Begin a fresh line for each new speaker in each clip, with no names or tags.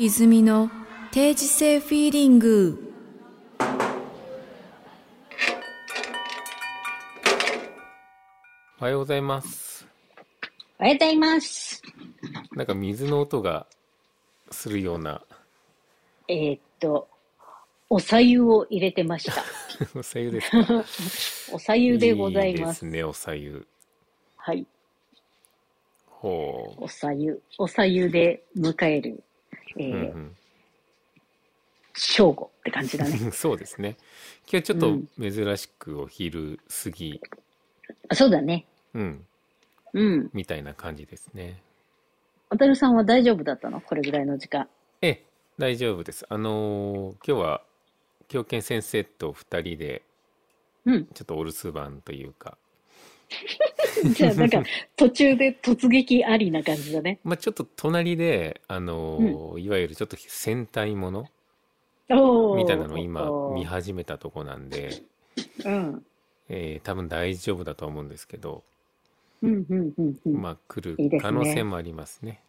泉の定時性フィーリング
おはようございます。
おはようございます。
なんか水の音がするような、
えーっと、おさゆを入れて ました。
おさゆですか。
おさゆ でございま
い
す。
いですね、おさゆ。
はい。
ほ
おさゆ、おさゆで迎える、え
う。う
ー
ん
正午って感じ だね。
うん、そうですね。今日ちょっと珍しくお昼過ぎ、
あそうだね。
うん、
うん。
みたいな感じですね。
渡るさんは大丈夫だったのこれぐらいの時間。
ええ、大丈夫です。あのー今日は、狂犬先生と二人で、
うん。
ちょっとお留守番というか、
じゃあ、 なんか、途中で突撃ありな感じだね。
まあちょっと隣で、あのーいわゆるちょっと戦隊もの
おー
みたいなのを今
おー
見始めたとこなんで、
うん。
えー多分大丈夫だとは思うんですけど、
うん、うん、うん、うん。
まあ来
いいで
る
すね
可能性もありますね。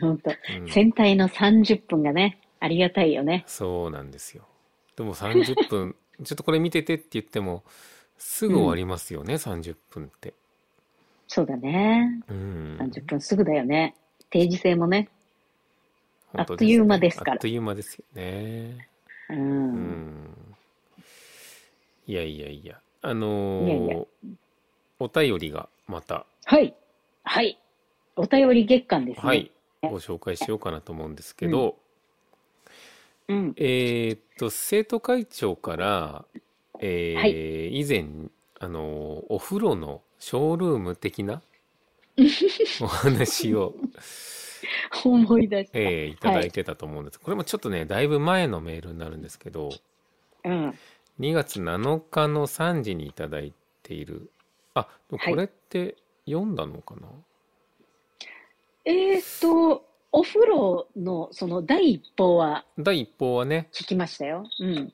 ほんと。
うん
戦隊の30分がね、ありがたいよね。
そうなんですよ。でも30分、 ちょっとこれ見ててって言っても、すぐ終わりますよね、30分って。
そうだね。
うん。
30分すぐだよね。定時制もね。
本当
あっという間ですから
あっという間ですよね。
う。
うんん。いやいやいや。あのー
いやいや
お便りがまた、
はい。はい。お便り月間ですね。
はい、ご紹介しようかなと思うんですけど、
うん。
えーっと生徒会長から、えー
は
以前あのお風呂のショールーム的なお話を、
思い出した。
えーいただいてたと思うんです、これもちょっとねだいぶ前のメールになるんですけど
うん。
2月7日の3時にいただいているあでも
はい
これって読んだのかな、
えーっと、お風呂のその第一報は
第一報はね
聞きましたよ。うん。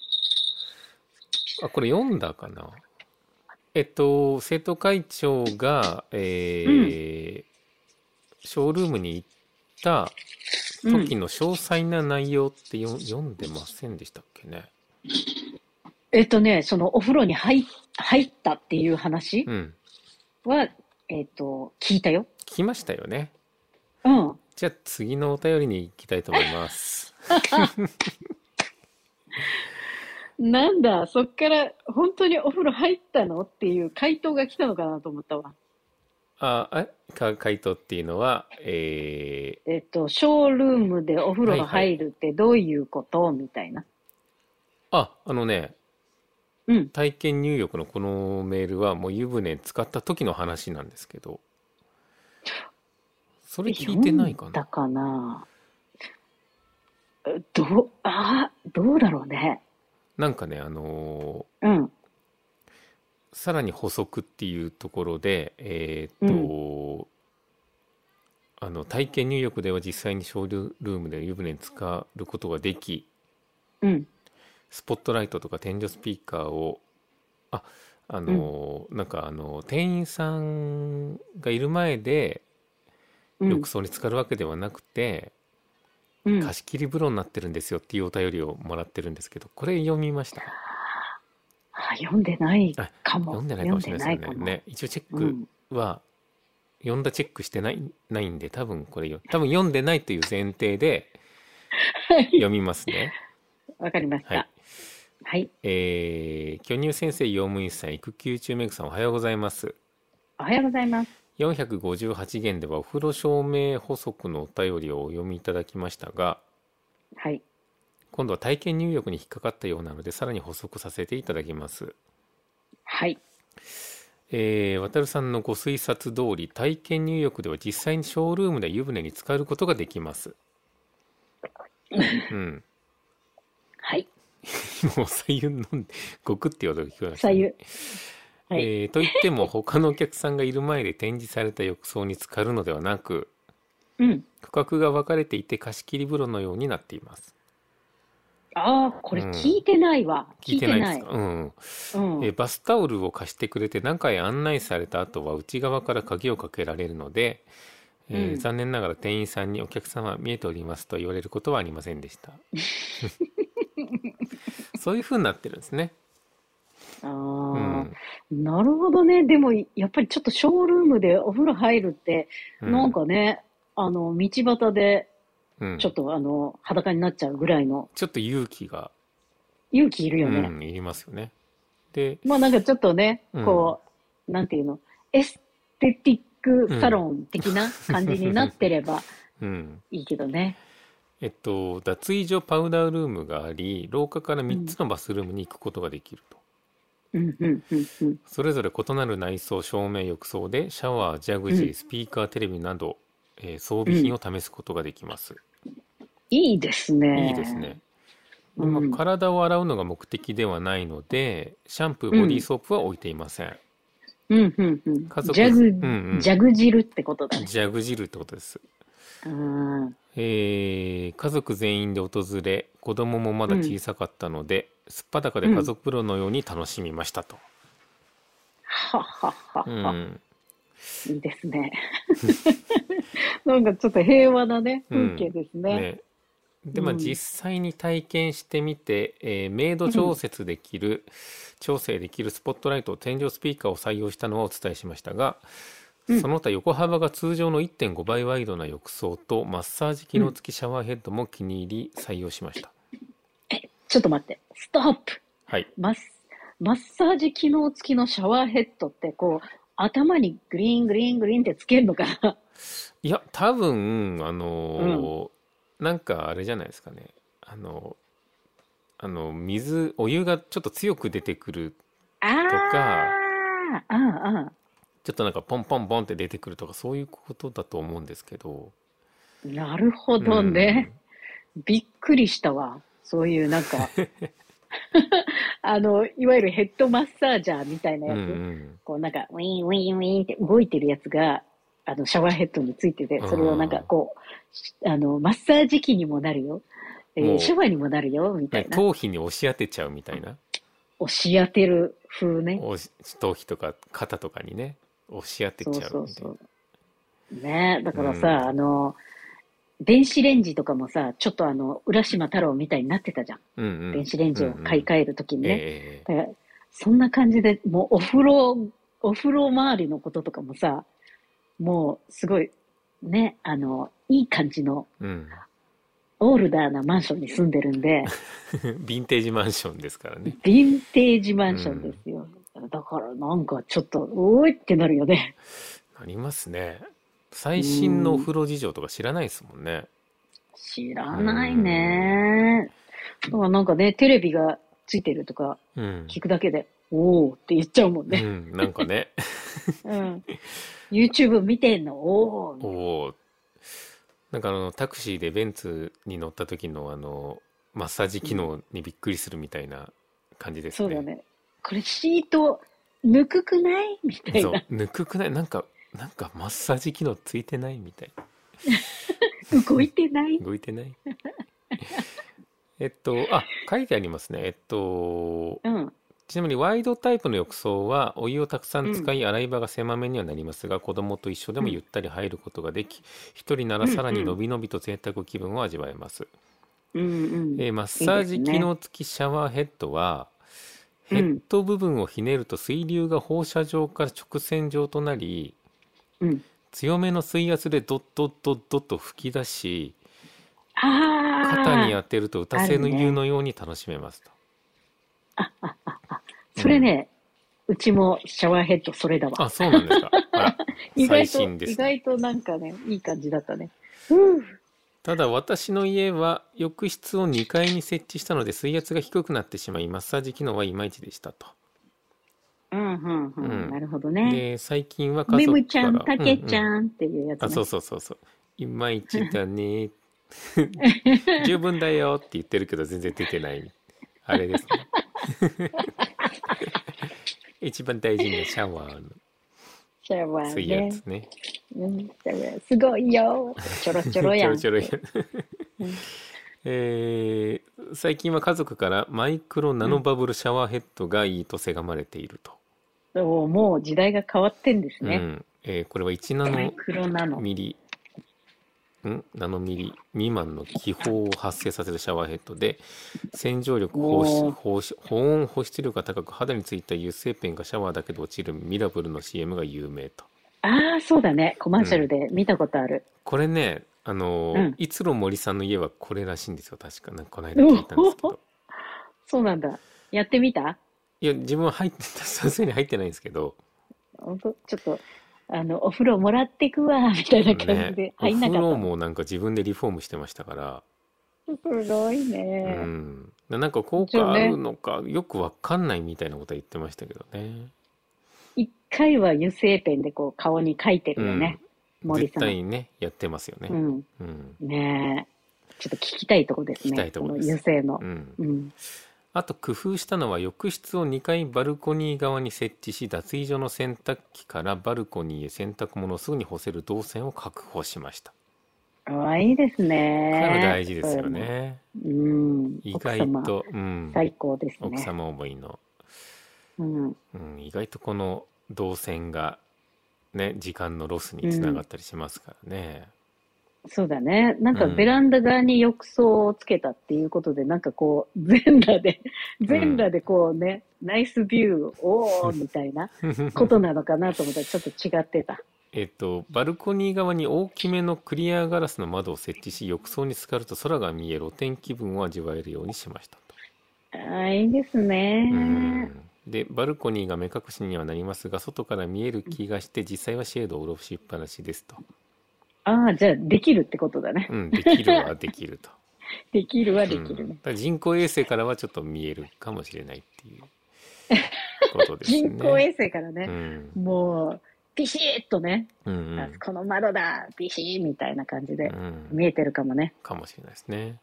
あこれ読んだかなえっと生徒会長が、えーショールームに行った
うん
時の詳細な内容ってよ、読んでませんでしたっけね
えーっとね、そのお風呂に入入ったっていう話
うん
は、えーっと、聞いたよ。
聞きましたよね
うん。
じゃあ次のお便りに行きたいと思います
なんだ、そっから本当にお風呂入ったのっていう回答が来たのかなと思ったわ。
あえか回答っていうのはえ
えっと、ショールームでお風呂が入るってどういうこと、みたいな。
ーああのね
うん。
体験入浴のこのメールはもう湯船使った時の話なんですけどそれ聞いてないか
読んだ
な
かなえどう、あーどうだろうね。
なんかねあの
うん。
ーさらに補足っていうところでえーっと、あの体験入浴では実際にショールームで湯船に使うことができ
うん。
スポットライトとか天井スピーカーをああのーなんかあの店員さんがいる前で
うん。
浴槽に浸かるわけではなくて、
うん
貸し切り風呂になってるんですよっていうお便りをもらってるんですけどこれ読みました
あ読んでないかも。
読んでないかもしれないです
読
よね
んでない
ね一応チェ
かも
ックは、読んだチェックしてないないんで多分これよ多分読んでないという前提で
はい。
読みますね
わかりまし
はい
た。はい。
えー、巨乳先生用務員さん育休中メグさんおはようございます
おはようございます。
458件ではお風呂照明補足のお便りをお読みいただきましたが
はい。
今度は体験入浴に引っかかったようなのでさらに補足させていただきます
はい。
えー、渡るさんのご推察通り体験入浴では実際にショールームで湯船に浸かることができます。うん、
はい。
もう左右飲んでごくっていう音が聞こえました、
左右。は
え
い
ーと言っても他のお客さんがいる前で展示された浴槽に浸かるのではなく
うん。
区画が分かれていて貸し切り風呂のようになっています。
ああ、これ聞いてないわ。
聞いてないですかうん、
聞いてない。うん。
えーバスタオルを貸してくれて中へ案内された後は内側から鍵をかけられるので、えー
うん
残念ながら店員さんに「お客様見えております」と言われることはありませんでした そういうふうになってるんですね、
ああ、
うん
なるほどね。でも、やっぱりちょっとショールームでお風呂入るって、
うん
なんかね、あの、道端で、
うん、
ちょっとあの、裸になっちゃうぐらいの
ちょっと勇気が、
勇気いる
う
よね。
ん、いりますよねで
まあなんかちょっとね、
うん
こう、なんていうの、エステティックサロン的 な感じになってれば
うん
いいけどね。
えっと脱衣所パウダールームがあり廊下から3つのバスルームに行くことができると、
うんうんうんうん。
それぞれ異なる内装照明浴槽でシャワージャグジー、
うん
スピーカーテレビなど、えー装備品を試すことができます、
いいですね。
いいですね、
うん
まあ体を洗うのが目的ではないのでシャンプーボディーソープは置いていません、
うんうんうん。
家族
ジャグ、
うんうん
ジャグ汁ってことだね。
ジャグジルってことです、
うん。
えー家族全員で訪れ子供もまだ小さかったので、すっぱだかで家族風呂のように楽しみましたと、
はっはっはっ
う
は。
ん
いいですね。 なんかちょっと平和なね、
うん
風景ですね。
ね、でまあ
うん
実際に体験してみて、えー明度調節できる、調整できるスポットライト天井スピーカーを採用したのはお伝えしましたが、
うん
その他横幅が通常の1.5倍ワイドな浴槽とマッサージ機能付きシャワーヘッドも気に入り採用しました、
ちょっと待って、ストップ
はい
マッマッサージ機能付きのシャワーヘッドって、こう、頭にグリーングリーングリーンってつけるのかな
いや多分あのーなんかあれじゃないですかねあのあの水お湯がちょっと強く出てくる
あーあああ
ちょっとなんかポンポンポンって出てくるとかそういうことだと思うんですけど。
なるほどね。びっくりしたわ。そういうな んか、あの、いわゆるヘッドマッサージャーみたいな
うん。う
やつ。
んうん
こうなんか、ウィーンウィーンウィーンって動いてるやつが、あの、シャワーヘッドについてて
あ、ー
それをなんかこうし、あの、マッサージ機にもなるよ。えー
もう
シャワーにもなるよ、みた
ね
いな。
頭皮に押し当てちゃうみたいな。
押し当てる風ね。
押し頭皮とか肩とかにね、押し当て
そう
ちゃ
そうう
みたい
そ
な。
う。ねだからさ、
うん
あの、電子レンジとかもさ、ちょっとあの、浦島太郎みたいになってたじゃん。
うんうん。
電子レンジを買い替えるときにね。
ええ
だからそんな感じで、もうお風呂、お風呂周りのこととかもさ、もうすごい、ね、あの、いい感じの
うん。
オールダーなマンションに住んでるん で、
ヴィンテージマンションですからね。
ヴィンテージマンションですよ。だからなんかちょっと、おーいってなるよね。
ありますね。最新のお風呂事情とか知らないですもんね。
知らないね。だからなんかね、テレビがついてるとか
うん。
聞くだけで、おーって言っちゃうもん
う
ね。
ん、なんかね、
うん。YouTube 見てんの、おー。
おーなんかあの、タクシーでベンツに乗った時のあの、マッサージ機能にびっくりするみたいな感じです
そ
ね。
うだね。これシート、ぬくくないみたい
そう
な。
ぬくくないなんかなんかマッサージ機能ついてないみたい
動いてない
動いてない えっとあ書いてありますねえっと
うん。
ちなみにワイドタイプの浴槽はお湯をたくさん使い洗い場が狭めにはなりますが、子供と一緒でもゆったり入ることができ一人ならさらにのびのびと贅沢気分を味わえます、
うんうん。
えーマッサージ
いいですね
機能付きシャワーヘッドは
うん
ヘッド部分をひねると水流が放射状から直線状となり、
うん。
強めの水圧でドッドッドッドッと吹き出し
ああ。
肩に当てると打たせの
あるね
湯のように楽しめますと
それね、うちもシャワーヘッドそれだ
あ,、
わ。
そうなんですかあら
意外
最
と、
新で
意
すね
外となんかね、いい感じだったね。うん。
ただ私の家は浴室を2階に設置したので水圧が低くなってしまいマッサージ機能はいまいちでしたと、
うんうんう
うん
ん。なるほどね。
で最近は
メ
家
ム
族
ち
から
ゃん、タケち
うう
ゃんっていうやつね。
あそうそうそうそういまいちだ ね十分だよって言ってるけど全然出てないあれですね一番大事なシャワーの
シャワー
水
ね。
圧ね。
うんシャワーすごいよ。ちょろちょろやん。
ちょろちょろやん えー最近は家族からマイクロナノバブルシャワーヘッドがいいとせがまれていると。
そうもう時代が変わってんです
う
ね。
んえーこれは1ナ
マイ
ノ
クロなの。
ミリんナノミリ未満の気泡を発生させるシャワーヘッドで洗浄力保湿
おー
保湿保温保湿力が高く肌についた油性ペンがシャワーだけで落ちるミラブルの CM が有名と
ああ、そうだね。コマーシャルで見たことある。
これねあの、
うん
いつろ森さんの家はこれらしいんですよ確かなんかこの間聞いたんですけ
お
ど
そうなんだ。やってみた
いや自分は入って さすがに入ってないんですけど
ほんとちょっと、あの、お風呂もらってくわ、みたいな感じで
ねお
入んな
風
かっ
呂
たの。
もなんか自分でリフォームしてましたから
すごいうね。
んなんか効果あるのかよくわかんないみたいなことは言ってましたけどね
一回は油性ペンでこう顔に書いてるよね。森
絶
さん
対にねやってますよね
うん。
うん
ねえ。ちょっと聞きたいとこですね。
聞きたいとこです
の油性の
う。ん
うん。
あと工夫したのは浴室を2階バルコニー側に設置し脱衣所の洗濯機からバルコニーへ洗濯物をすぐに干せる動線を確保しました
可愛いです
これも
ね。
大事ですよ
そういう
ね
の。うん。
意
奥
外
様
と、うん、
最高です
奥
ね。
様思いの、
うん。
うん、意外とこの動線がね時間のロスにつながったりしますからね、
そうだね。なんか
うん
ベランダ側に浴槽をつけたっていうことで、なんかこう、全裸で、全裸でこうね、ナイスビュー、おーみた いなことなのかなと思ったら、ちょっと違ってた。
えっとバルコニー側に大きめのクリアガラスの窓を設置し浴槽に浸かると空が見え露天気分を味わえるようにしましたと
ああ、いいです
う
ね。
んでバルコニーが目隠しにはなりますが外から見える気がして実際はシェードを下ろしっぱなしですと、
ああ、じゃあ、できるってことだね。
うん、できるはできると、
できるは で
うん
きる
だ
ね。
から人工衛星からはちょっと見えるかもしれないっていうことですね
人工衛星から
う
ね、
ん
もう、ピシッとね、
うんうん
あこの窓だ、ピシーみたいな感じで、
うん
見えてるかもね。
かもしれないですね。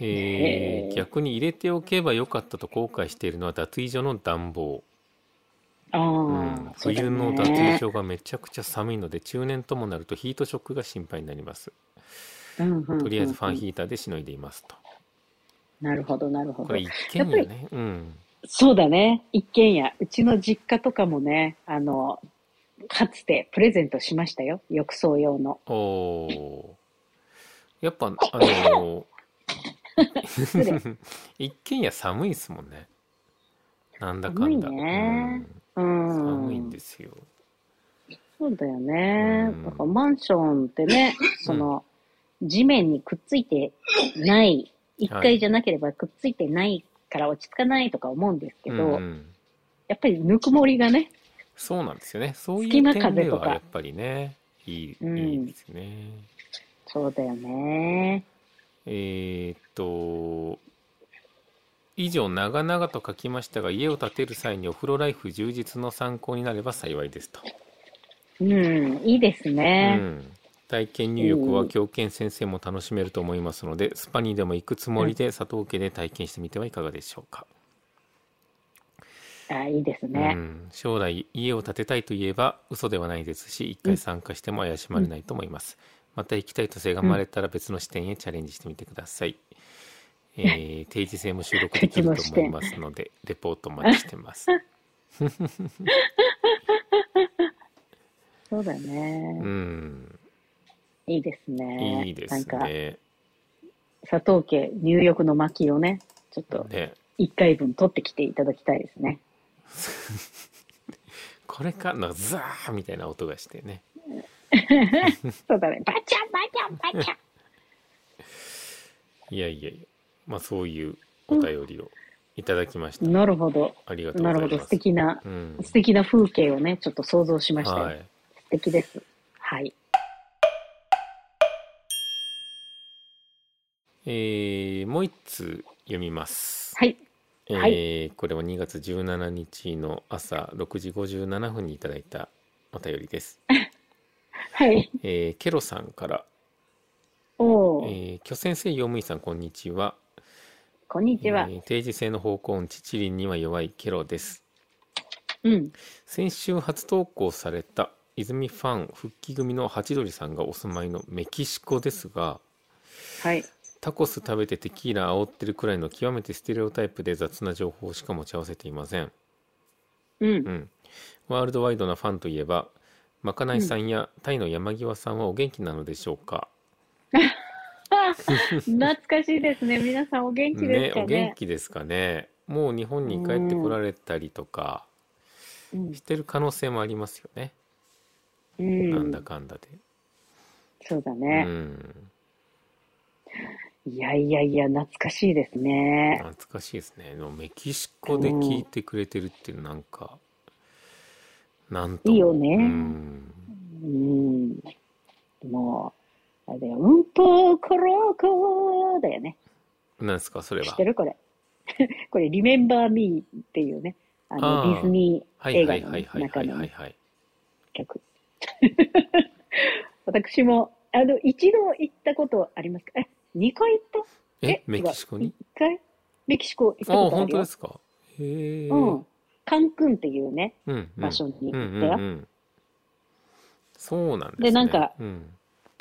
えー
ねえ
逆に入れておけばよかったと後悔しているのは脱衣所の暖房、
あ
うん
あ、そうだ
冬の脱衣
ね。
所がめちゃくちゃ寒いので中年ともなるとヒートショックが心配になりますと
と
りあえずファンヒーターでしのいでいますと
なるほど、なるほ
こ
ど
れ。一軒家ねうん
そうだね。一軒家。うちの実家とかもね、あの、かつてプレゼントしましたよ。浴槽用の。
おおーやっぱあの ー一軒家寒いですもんねなんだかんだ
寒いねう。
うんん、寒いんですよ
そうだよね
うん。
だからマンションってね、その、地面にくっついてない、一階じゃなければくっついてないから落ち着かないとか思うんですけど、
うんうん
やっぱりぬくもりがね、
そうなんですよね。そういう
隙
点
間
で
風と
は
か
やっぱりね、いい、
うん
いいですね。
そうだよね。
えーっと、以上長々と書きましたが、家を建てる際にお風呂ライフ充実の参考になれば幸いですと。
うん、いいです
う
ね。
ん。体験入浴は狂犬先生も楽しめると思いますので、スパにでも行くつもりで佐藤家で体験してみてはいかがでしょうか。
あ、いいです
う
ね。
ん、将来家を建てたいといえば嘘ではないですし一回参加しても怪しまれないと思います、また行きたいとせがまれたら別の視点へチャレンジしてみてください、えー定時制も収録できると思いますの でレポートお待ちしてます
そうだね
う。ん
いいですね。
いいです
なんか、
ね
佐藤家入浴の薪をね、ちょっと
ね
一回分取ってきていただきたいですね。
これかなんかザーみたいな音がしてね
そうだね。バチャンバチャンバチャン
いやいやいやまあそういうお便りをいただきました、
なるほど。
ありがとうござ
ないる
ます
ほど。素敵な、
うん
素敵な風景をね、ちょっと想像しましたよ。
はい
素敵です。はい。
えーもう一通読みます
はい。
えー
は
これは2月17日の朝6時57分にいただいたお便りです。
はい。
えーケロさんから、
おー、
えー、巨先生、用務員さん、こんにちは。
こんにちは。
えー定時性の方向音、チチリンには弱いケロです。
うん。
先週初投稿された泉ファン復帰組のハチドリさんがお住まいのメキシコですが、
はい。
タコス食べてテキーラ煽ってるくらいの極めてステレオタイプで雑な情報しか持ち合わせていません。
うん
う。ん、ワールドワイドなファンといえばまかないさんやタイの山際さんはお元気なのでしょうか、
懐かしいですね。皆さんお元気ですか
お元
ね。
気ですかねもう日本に帰ってこられたりとか
うん
してる可能性もありますよね、
うん
なんだかんだで、
そうだ
う
ね、
ん、
いやいやいや、懐かしいですね。
懐かしいですねでもメキシコで聞いてくれてるっていうなんか、なんとも
いいよね
うん
うん。もう、あれだよ、うんぽころこだよね。
なんですかそれ
知っ
は
てるこれ。 これ、リメンバーミーっていうね、あの、
あー
ディズニー
はい
映
は
画
い
の
はいはいは
中
い
の
はい
ね
はい
曲。 私も、あの、一度行ったことありますかえ、二回行った
え
え
メキシコに
一回メキシコ行っ
あ
たことあ
本
る
当
よ。
ですかへえ、
うん。カンクンっていうね、
うんうん
場所に行ったよ。
うんうんうんそうなんですね
でなんか
うん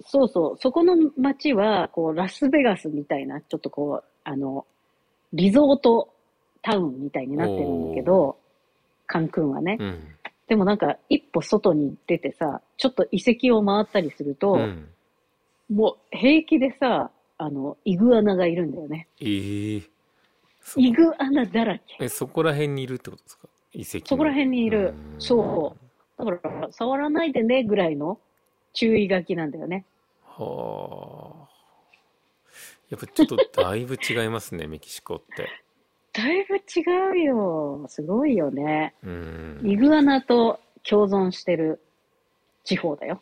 そうそう、そこの街は、こう、ラスベガスみたいな、ちょっとこう、あの、リゾートタウンみたいになってるんだけど、カンクンはね。
うん
でもなんか、一歩外に出てさ、ちょっと遺跡を回ったりすると、
うん
もう平気でさ、あの、イグアナがいるんだよね。
ええそ
イグアナだらけ。
えそこら辺にいるってことですか遺跡の
そこら辺にいる
うん
そうだから、触らないでね、ぐらいの注意書きなんだよね。
はあやっぱちょっとだいぶ違いますねメキシコって
だいぶ違うよ。すごいよね。
うん
イグアナと共存してる地方だよ。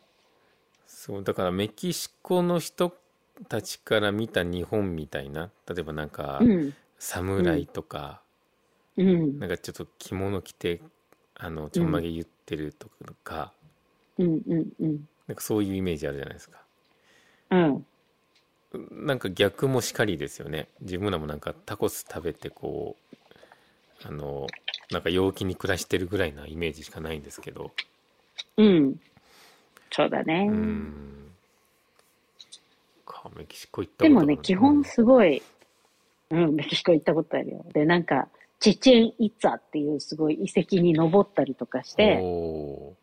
そうだからメキシコの人たちから見た日本みたいな例えばなんか
うん。
侍とか、
うん。
なんかちょっと着物着てあのちょんまげ言ってるとか、
うん。うん。うん。
なんかそういうイメージあるじゃないですか
うん。
なんか逆もしかりですよね自分らもなんかタコス食べてこうあのなんか陽気に暮らしてるぐらいなイメージしかないんですけど
うん。そうだね。
うんかメキシコ行ったこと
でもね、
ある
基本すごい、うん、メキシコ行ったことあるよ。で、なんか、チェチェン・イッツァっていうすごい遺跡に登ったりとかして、
お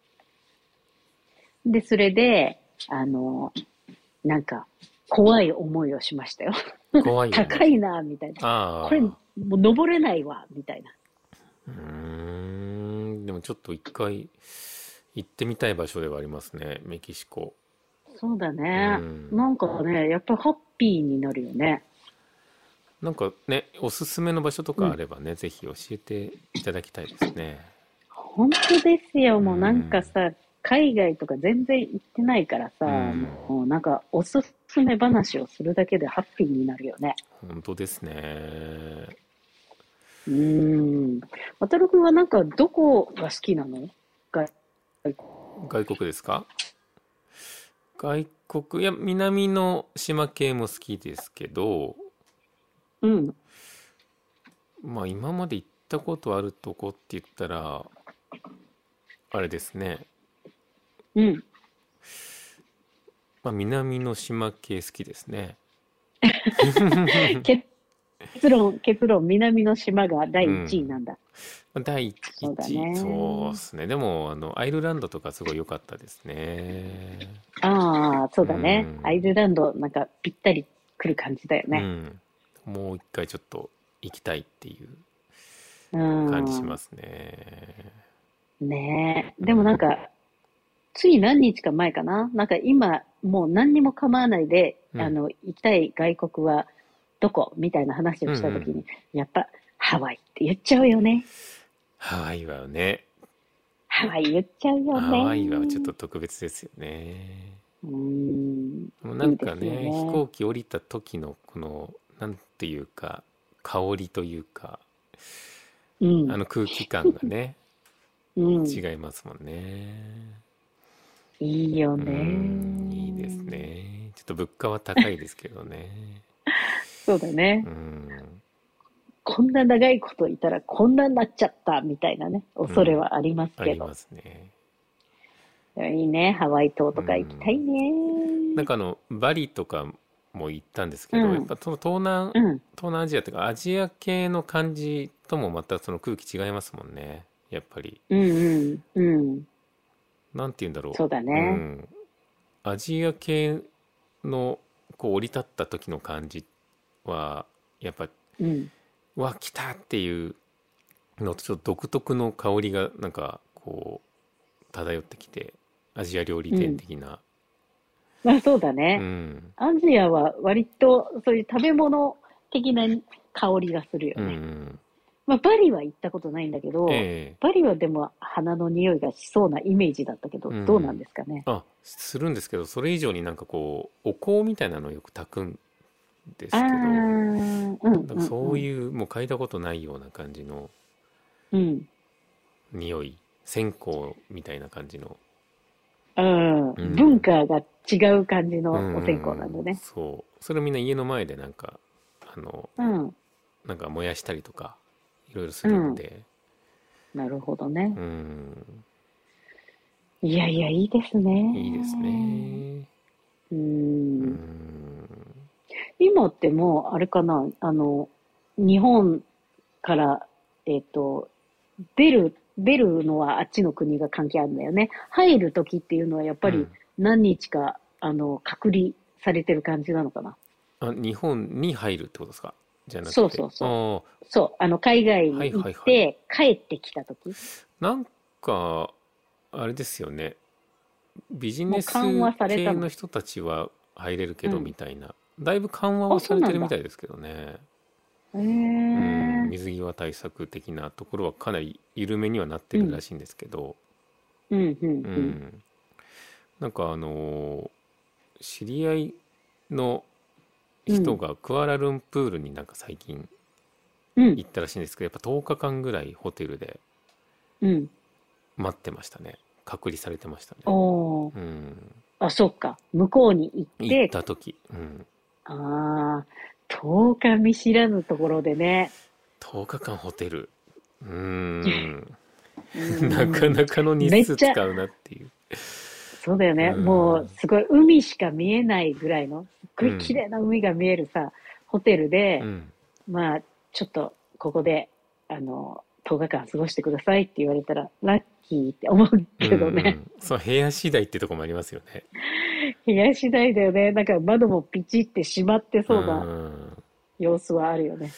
で、それで、あの、なんか、怖い思いをしましたよ。
ー怖いよ、ね、
高いな、みたいな。
ああ
これ、もう登れないわ、みたいな。
うーんでもちょっと一回行ってみたい場所ではありますねメキシコ
そうだね。
うん
なんかね、やっぱハッピーになるよね。
なんかねおすすめの場所とかあればね、ぜひ教えていただきたいですね
本当ですよ、もううんなんかさ、海外とか全然行ってないからさ、
うん
もうなんかおすすめ話をするだけでハッピーになるよね。
本当ですね
うーん。渡るくんはなんかどこが好きなのが、
外国ですか外国いや南の島系も好きですけど
うん。
まあ今まで行ったことあるとこって言ったらあれですね、
うん。
まあ、南の島系好きです ね
結結論、結論、南の島が第1位なんだ。
まあ第一
そうだね
そうですねでもあのアイルランドとかすごい良かったですね
ああ、そうだね、
うん
アイルランドなんかぴったり来る感じだよね。
うん、もう一回ちょっと行きたいっていう
うん。
感じしますね、
ねえ。でもなんか、つい何日か前かななんか今、もう何にも構わないで、
うん
あの、行きたい外国はどこみたいな話をしたとき
うんう
に、やっぱハワイって言っちゃうよね。
ハワイはね
ハワイ言っちゃうよね。
ハワイはちょっと。特別ですよね。
うーん。
もうなんかね
いいですよね
飛行機降りた時のこのなんていうか香りというか
うん。
あの空気感がね、
うん、
違いますもんね。
いいよ
うん
ね。
いいです。ね。ちょっと物価は高いですけどね。
そうだね。
うん、
こんな長いこといたらこんなになっちゃったみたいなね、恐れはあります
あ
け
り
ど
ま。すね。
いいね。ハワイ島とか行きたいね。
なんかあのバリとかも行ったんですけど、
うん
やっぱその東南
う
東
ん。
南アジアというかアジア系の感じともまたその空気違いますもんね。やっぱり
うんうん。うん。
なんて言うんだろう。
そうだ
う
ね。
ん、アジア系のこう降り立った時の感じはやっぱ
うん。
うわ来たっていうのとちょっと独特の香りがなんかこう漂ってきてアジア料理店的な、
まあそうだ
うん
ね。アジアは割とそういう食べ物的な香りがするよ
う
ね。
ん
まあバリは行ったことないんだけど、
ええ
バリはでも花の匂いがしそうなイメージだったけど、
うん
どうなんですかね。
あするんですけどそれ以上になんかこうお香みたいなのをよく炊くんです
あ
け
あ
ど
ー、うん、うん
なんかそう
う。
いうもう嗅いだことないような感じの
うん。
匂い線香みたいな感じの
う
う
ん
ん
文化が違う感じのお線香なんだ
うん
ね。
そうそれをみんな家の前でなんかあの
うん。
なんか燃やしたりとかいろいろするんで、
なるほどね
う。ん、
いやいや、いいですね。
いいですね。
う。
うんん、
今ってもう、あれかな、あの、日本から、えっ、と、出る、出るのはあっちの国が関係あるんだよね。入るときっていうのはやっぱ
う
り
ん
何日か、あの、隔離されてる感じなのかな。
あ日本に入るってことですかじゃなくて
そうそう
そ
そう、あの、海外に行
はい
っ
はいは
て、帰ってきたとき、
うなんかあれですよねビジネス
もう緩和された
系
の
の人たちは入れるけど
うん
みたいな、だいぶ緩和は
あ
さ
そう
れ
なん
て
だ
るみたいですけどね
へ
うん
ー
水際対策的なところはかなり緩めにはなってるらしいんですけど、
うんうん
う
うん。
ん、なんかあのー知り合いの人がクアラルンプールになんか最近
うん
行ったらしいんですけどやっぱ10日間ぐらいホテルで
うん。
待ってましたね隔離されてましたね、
おー
うん、
あ、そっか。向こうに行っ
行
て
っ、た時、うん、
ああ、10日見知らぬところでね。
10日間ホテルうーん
うん
なかなかの日
めっ
数
ちゃ
使うなっていう
そうだよね。
うん
もう、すごい、海しか見えないぐらいの、すっごい綺麗な海が見えるさ、ホテルで
う、ん
まあ、ちょっと、ここで、あの、10日間過ごしてくださいって言われたら、ラッキーって思うけど
うんう
ね。
んそう部屋次第ってとこもありますよね
部屋次第だよね。なんか窓もピチって閉まってそうなん様子はあるよね。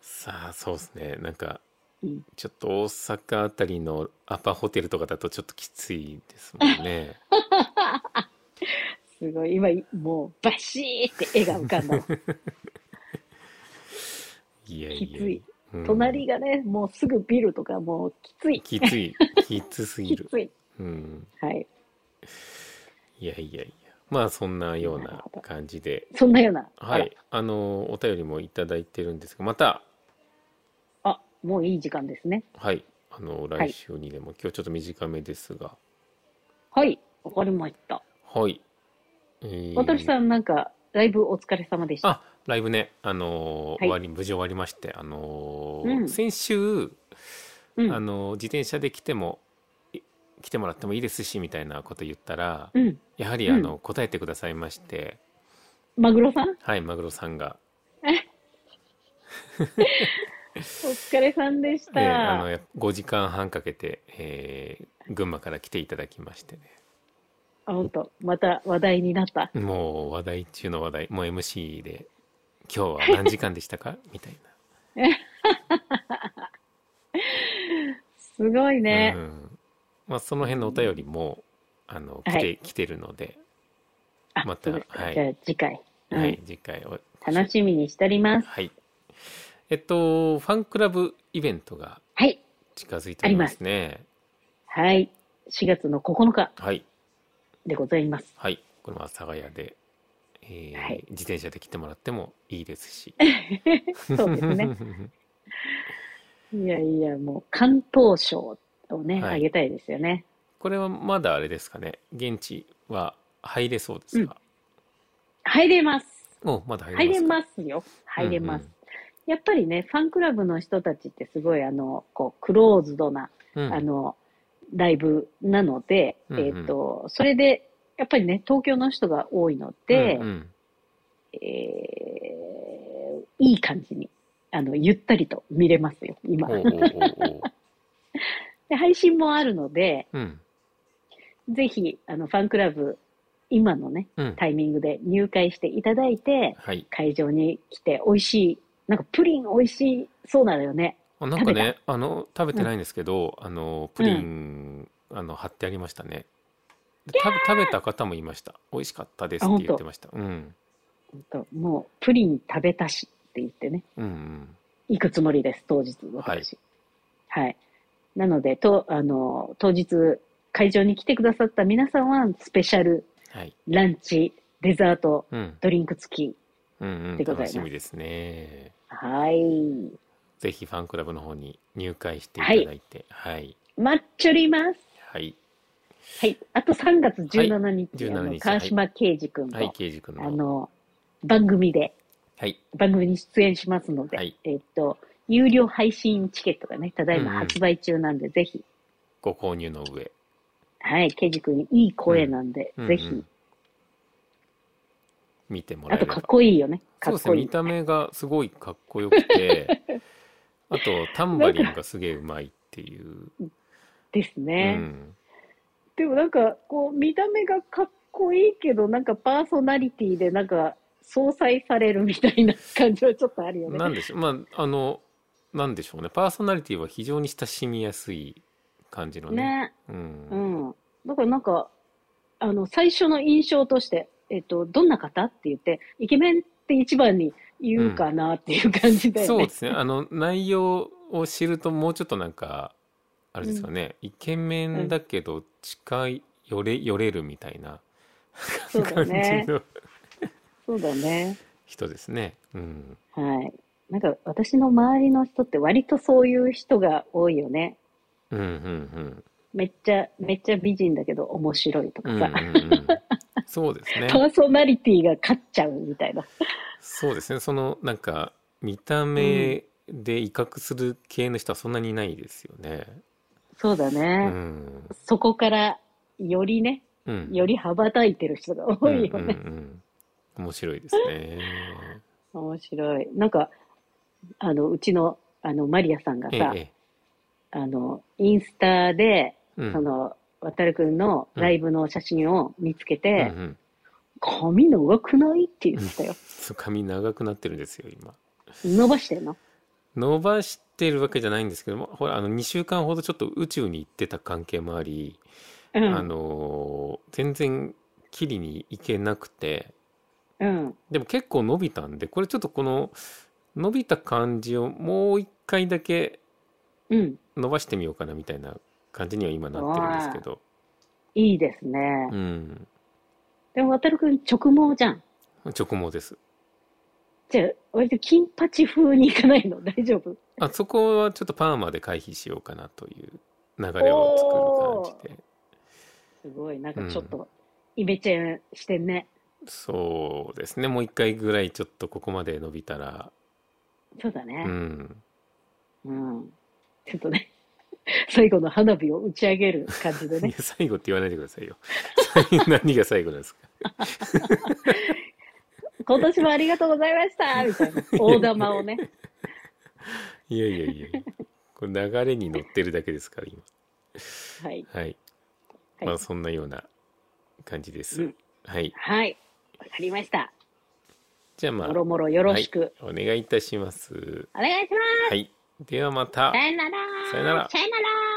さあそうですねなんか
うん
ちょっと大阪あたりのアパホテルとかだとちょっときついですもんね。
すごい、今、もう、バシーって絵が浮かんだわ。
いやいや。
きつい
うん
隣がね、もうすぐビルとか、もう、きつい。
きつい。きつすぎ
き
る。
つい。
うん。
はい。
いやいやいや。まあそんなような感じで。
そんなような。
は
あら
い。あの、お便りもいただいてるんですが、また、
あ、もういい時間ですね。
はい。あの、
はい
来週にでも、今日ちょっと短めですが、
はい、わかりました。
はい。えー
渡さん、なんか、だいぶお疲れ様でした。
あライブね、あのー
はい
終わり無事終わりまして、あのー
うん
先週、
うん
あのー自転車で来てもい来てもらってもいいですしみたいなこと言ったら、
うん。
やはりあの、答えてくださいまして
マグロさん、
はいマグロさんが、
お疲れさんでし
え
た。
ーあのや5時間半かけて、えー群馬から来ていただきましてね
あ、ほんと、また話題になった。
もう話題中の話題もう MC で「今日は何時間でしたか? 」みたいな。
すごいね
う。んまあ、その辺のお便りも、あの来て,、
はい
来てるので、
あ、
また
そうですか。
はい
じゃあ、次回。うん
はい、次回を
楽しみにしております。
はい。えっと、ファンクラブイベントが
はい。
近づいておりますね。
はい。4月の9日
はい。
でござい ます。
はい。これは阿佐ヶ谷で、えー
はい
自転車で来てもらってもいいですし。
そうですね。いやいや、もう、関東賞をね、
はい
あげたいですよね。
これはまだあれですかね。現地は入れそうですか、
入れます。
お、まだ入
入
れ
れ
ますか。
ますよ。入れます。
うんうん
やっぱりね、ファンクラブの人たちってすごい、あの、こう、クローズドな、
うん
あの、ライブなので、
うんうん
えっ、と、それで、やっぱりね、東京の人が多いので、
うんうん
えーいい感じに、あの、ゆったりと見れますよ、今
お。うおうおうおう
で、配信もあるので、
うん。
ぜひ、あの、ファンクラブ今のね、
うん
タイミングで入会していただいて、
はい
会場に来て、美味しい、なんかプリン美味しそうなのよね。
あなんかねあの食べてないんですけど、あのプリン、あの貼ってありましたねで食べ食べた方もいました美味しかったですって言ってましたうん
ともう、プリン食べたしって言ってね、
うんうん
行くつもりです、当日、私。はい。なので、と、あの、当日、会場に来てくださった皆さんは、スペシャル、
はい
ランチ、デザート、
うん
ドリンク付き。
うんうん
でご
楽
ざいます
しみですね
はい。
ぜひファンクラブの方に入会していただいてはい
待っちょります。
はい
はい。あと3月17日、
はい
あの
17日
川島慶二君と、
はい刑事君
あ
の
の、番組で、
はい
番組に出演しますので、
はい
えっと、有料配信チケットがね、ただいま
うんうん
発売中なんで、ぜひ、
ご購入の上
はい、ケイジ君いい声なんで、
うん
ぜひ、
うん見てもら
あ
えれ
と
ば
かっこいいよね。か
そう
っ
です
こ
ね
いい。
見た目がすごいかっこよく てあとタンバリンがすげえうまいっていう、
ですね、
うん、
でもなんか、こう、見た目がかっこいいけど、なんかパーソナリティでなんか、相殺されるみたいな感じはちょっとあるよね。
なんでしょうまああのなんでしょうねパーソナリティは非常に親しみやすい感じのね
ね
うん
う、ん。だからなんか、あの、最初の印象として、えっと、どんな方って言って、イケメンって一番に言うかなっていう感じだよ
そう
ね。
ですねあの内容を知るともうちょっとなんかあれですかね、イケメンだけど近いよれよれるみたいな
そうだ
感じ
ね。
の
そうだね。
人ですねうん
はい。なんか、私の周りの人って割とそういう人が多いよね。
うんうん
めっちゃ、めっちゃ美人だけど面白いと
う
か
んうんう
さ、
ん うんそうですね
パーソナリティが勝っちゃうみたいな。
そうですねそのなんか見た目で威嚇する系の人はそんなにいないですよね。
そうだ
う
ね。
ん
そこから、よりね、
うん、
より羽ばたいてる人が多い
う
よね。
んうんうん面白いです ね。
面白い。なんか、あの、うちの、あの、マリアさんが
え
さ、
え
あの、インスタで、
うん
その、渡るくんのライブの写真を見つけ
うん
て、
うん、
髪長くないって言ってたよ。
そう髪長くなってるんですよ今。
伸ばしてんの
伸ばしてるわけじゃないんですけどもほらあの2週間ほどちょっと宇宙に行ってた関係もあり、
うん。
あのー全然切りに行けなくて。
うん。
でも結構伸びたんでこれちょっとこの伸びた感じをもう一回だけ
うん。
伸ばしてみようかなみたいな感じには今なってるんですけど、
いいですね。
うん、
でも、渡るくん直毛じゃん。
直毛です
じゃあ、割と金八風に行かないの 大丈夫
あそこはちょっとパーマで回避しようかなという流れを作る感じです
ごい、なんかちょっと、イメチェンしてんね。
そうですねもう一回ぐらいちょっとここまで伸びたら
そうだね
う。ん
うん。ちょっとね、 最後の花火を打ち上げる感じで
い
ね
や。 最後って言わないでくださいよ 何が最後なんですか
今年もありがとうございましたみたいな大玉をね。
いやいやいやいやこれ流れに乗ってるだけですから今
はい。
はい。
はい
まあそんなような感じです。
うん
はい。
はい。わかりました。
じゃあまあ
もろもろよろしく。
はい、お願いいたします。
お願いしま
はい。ではまた。
す。さよなら。
さよなら
さよなら。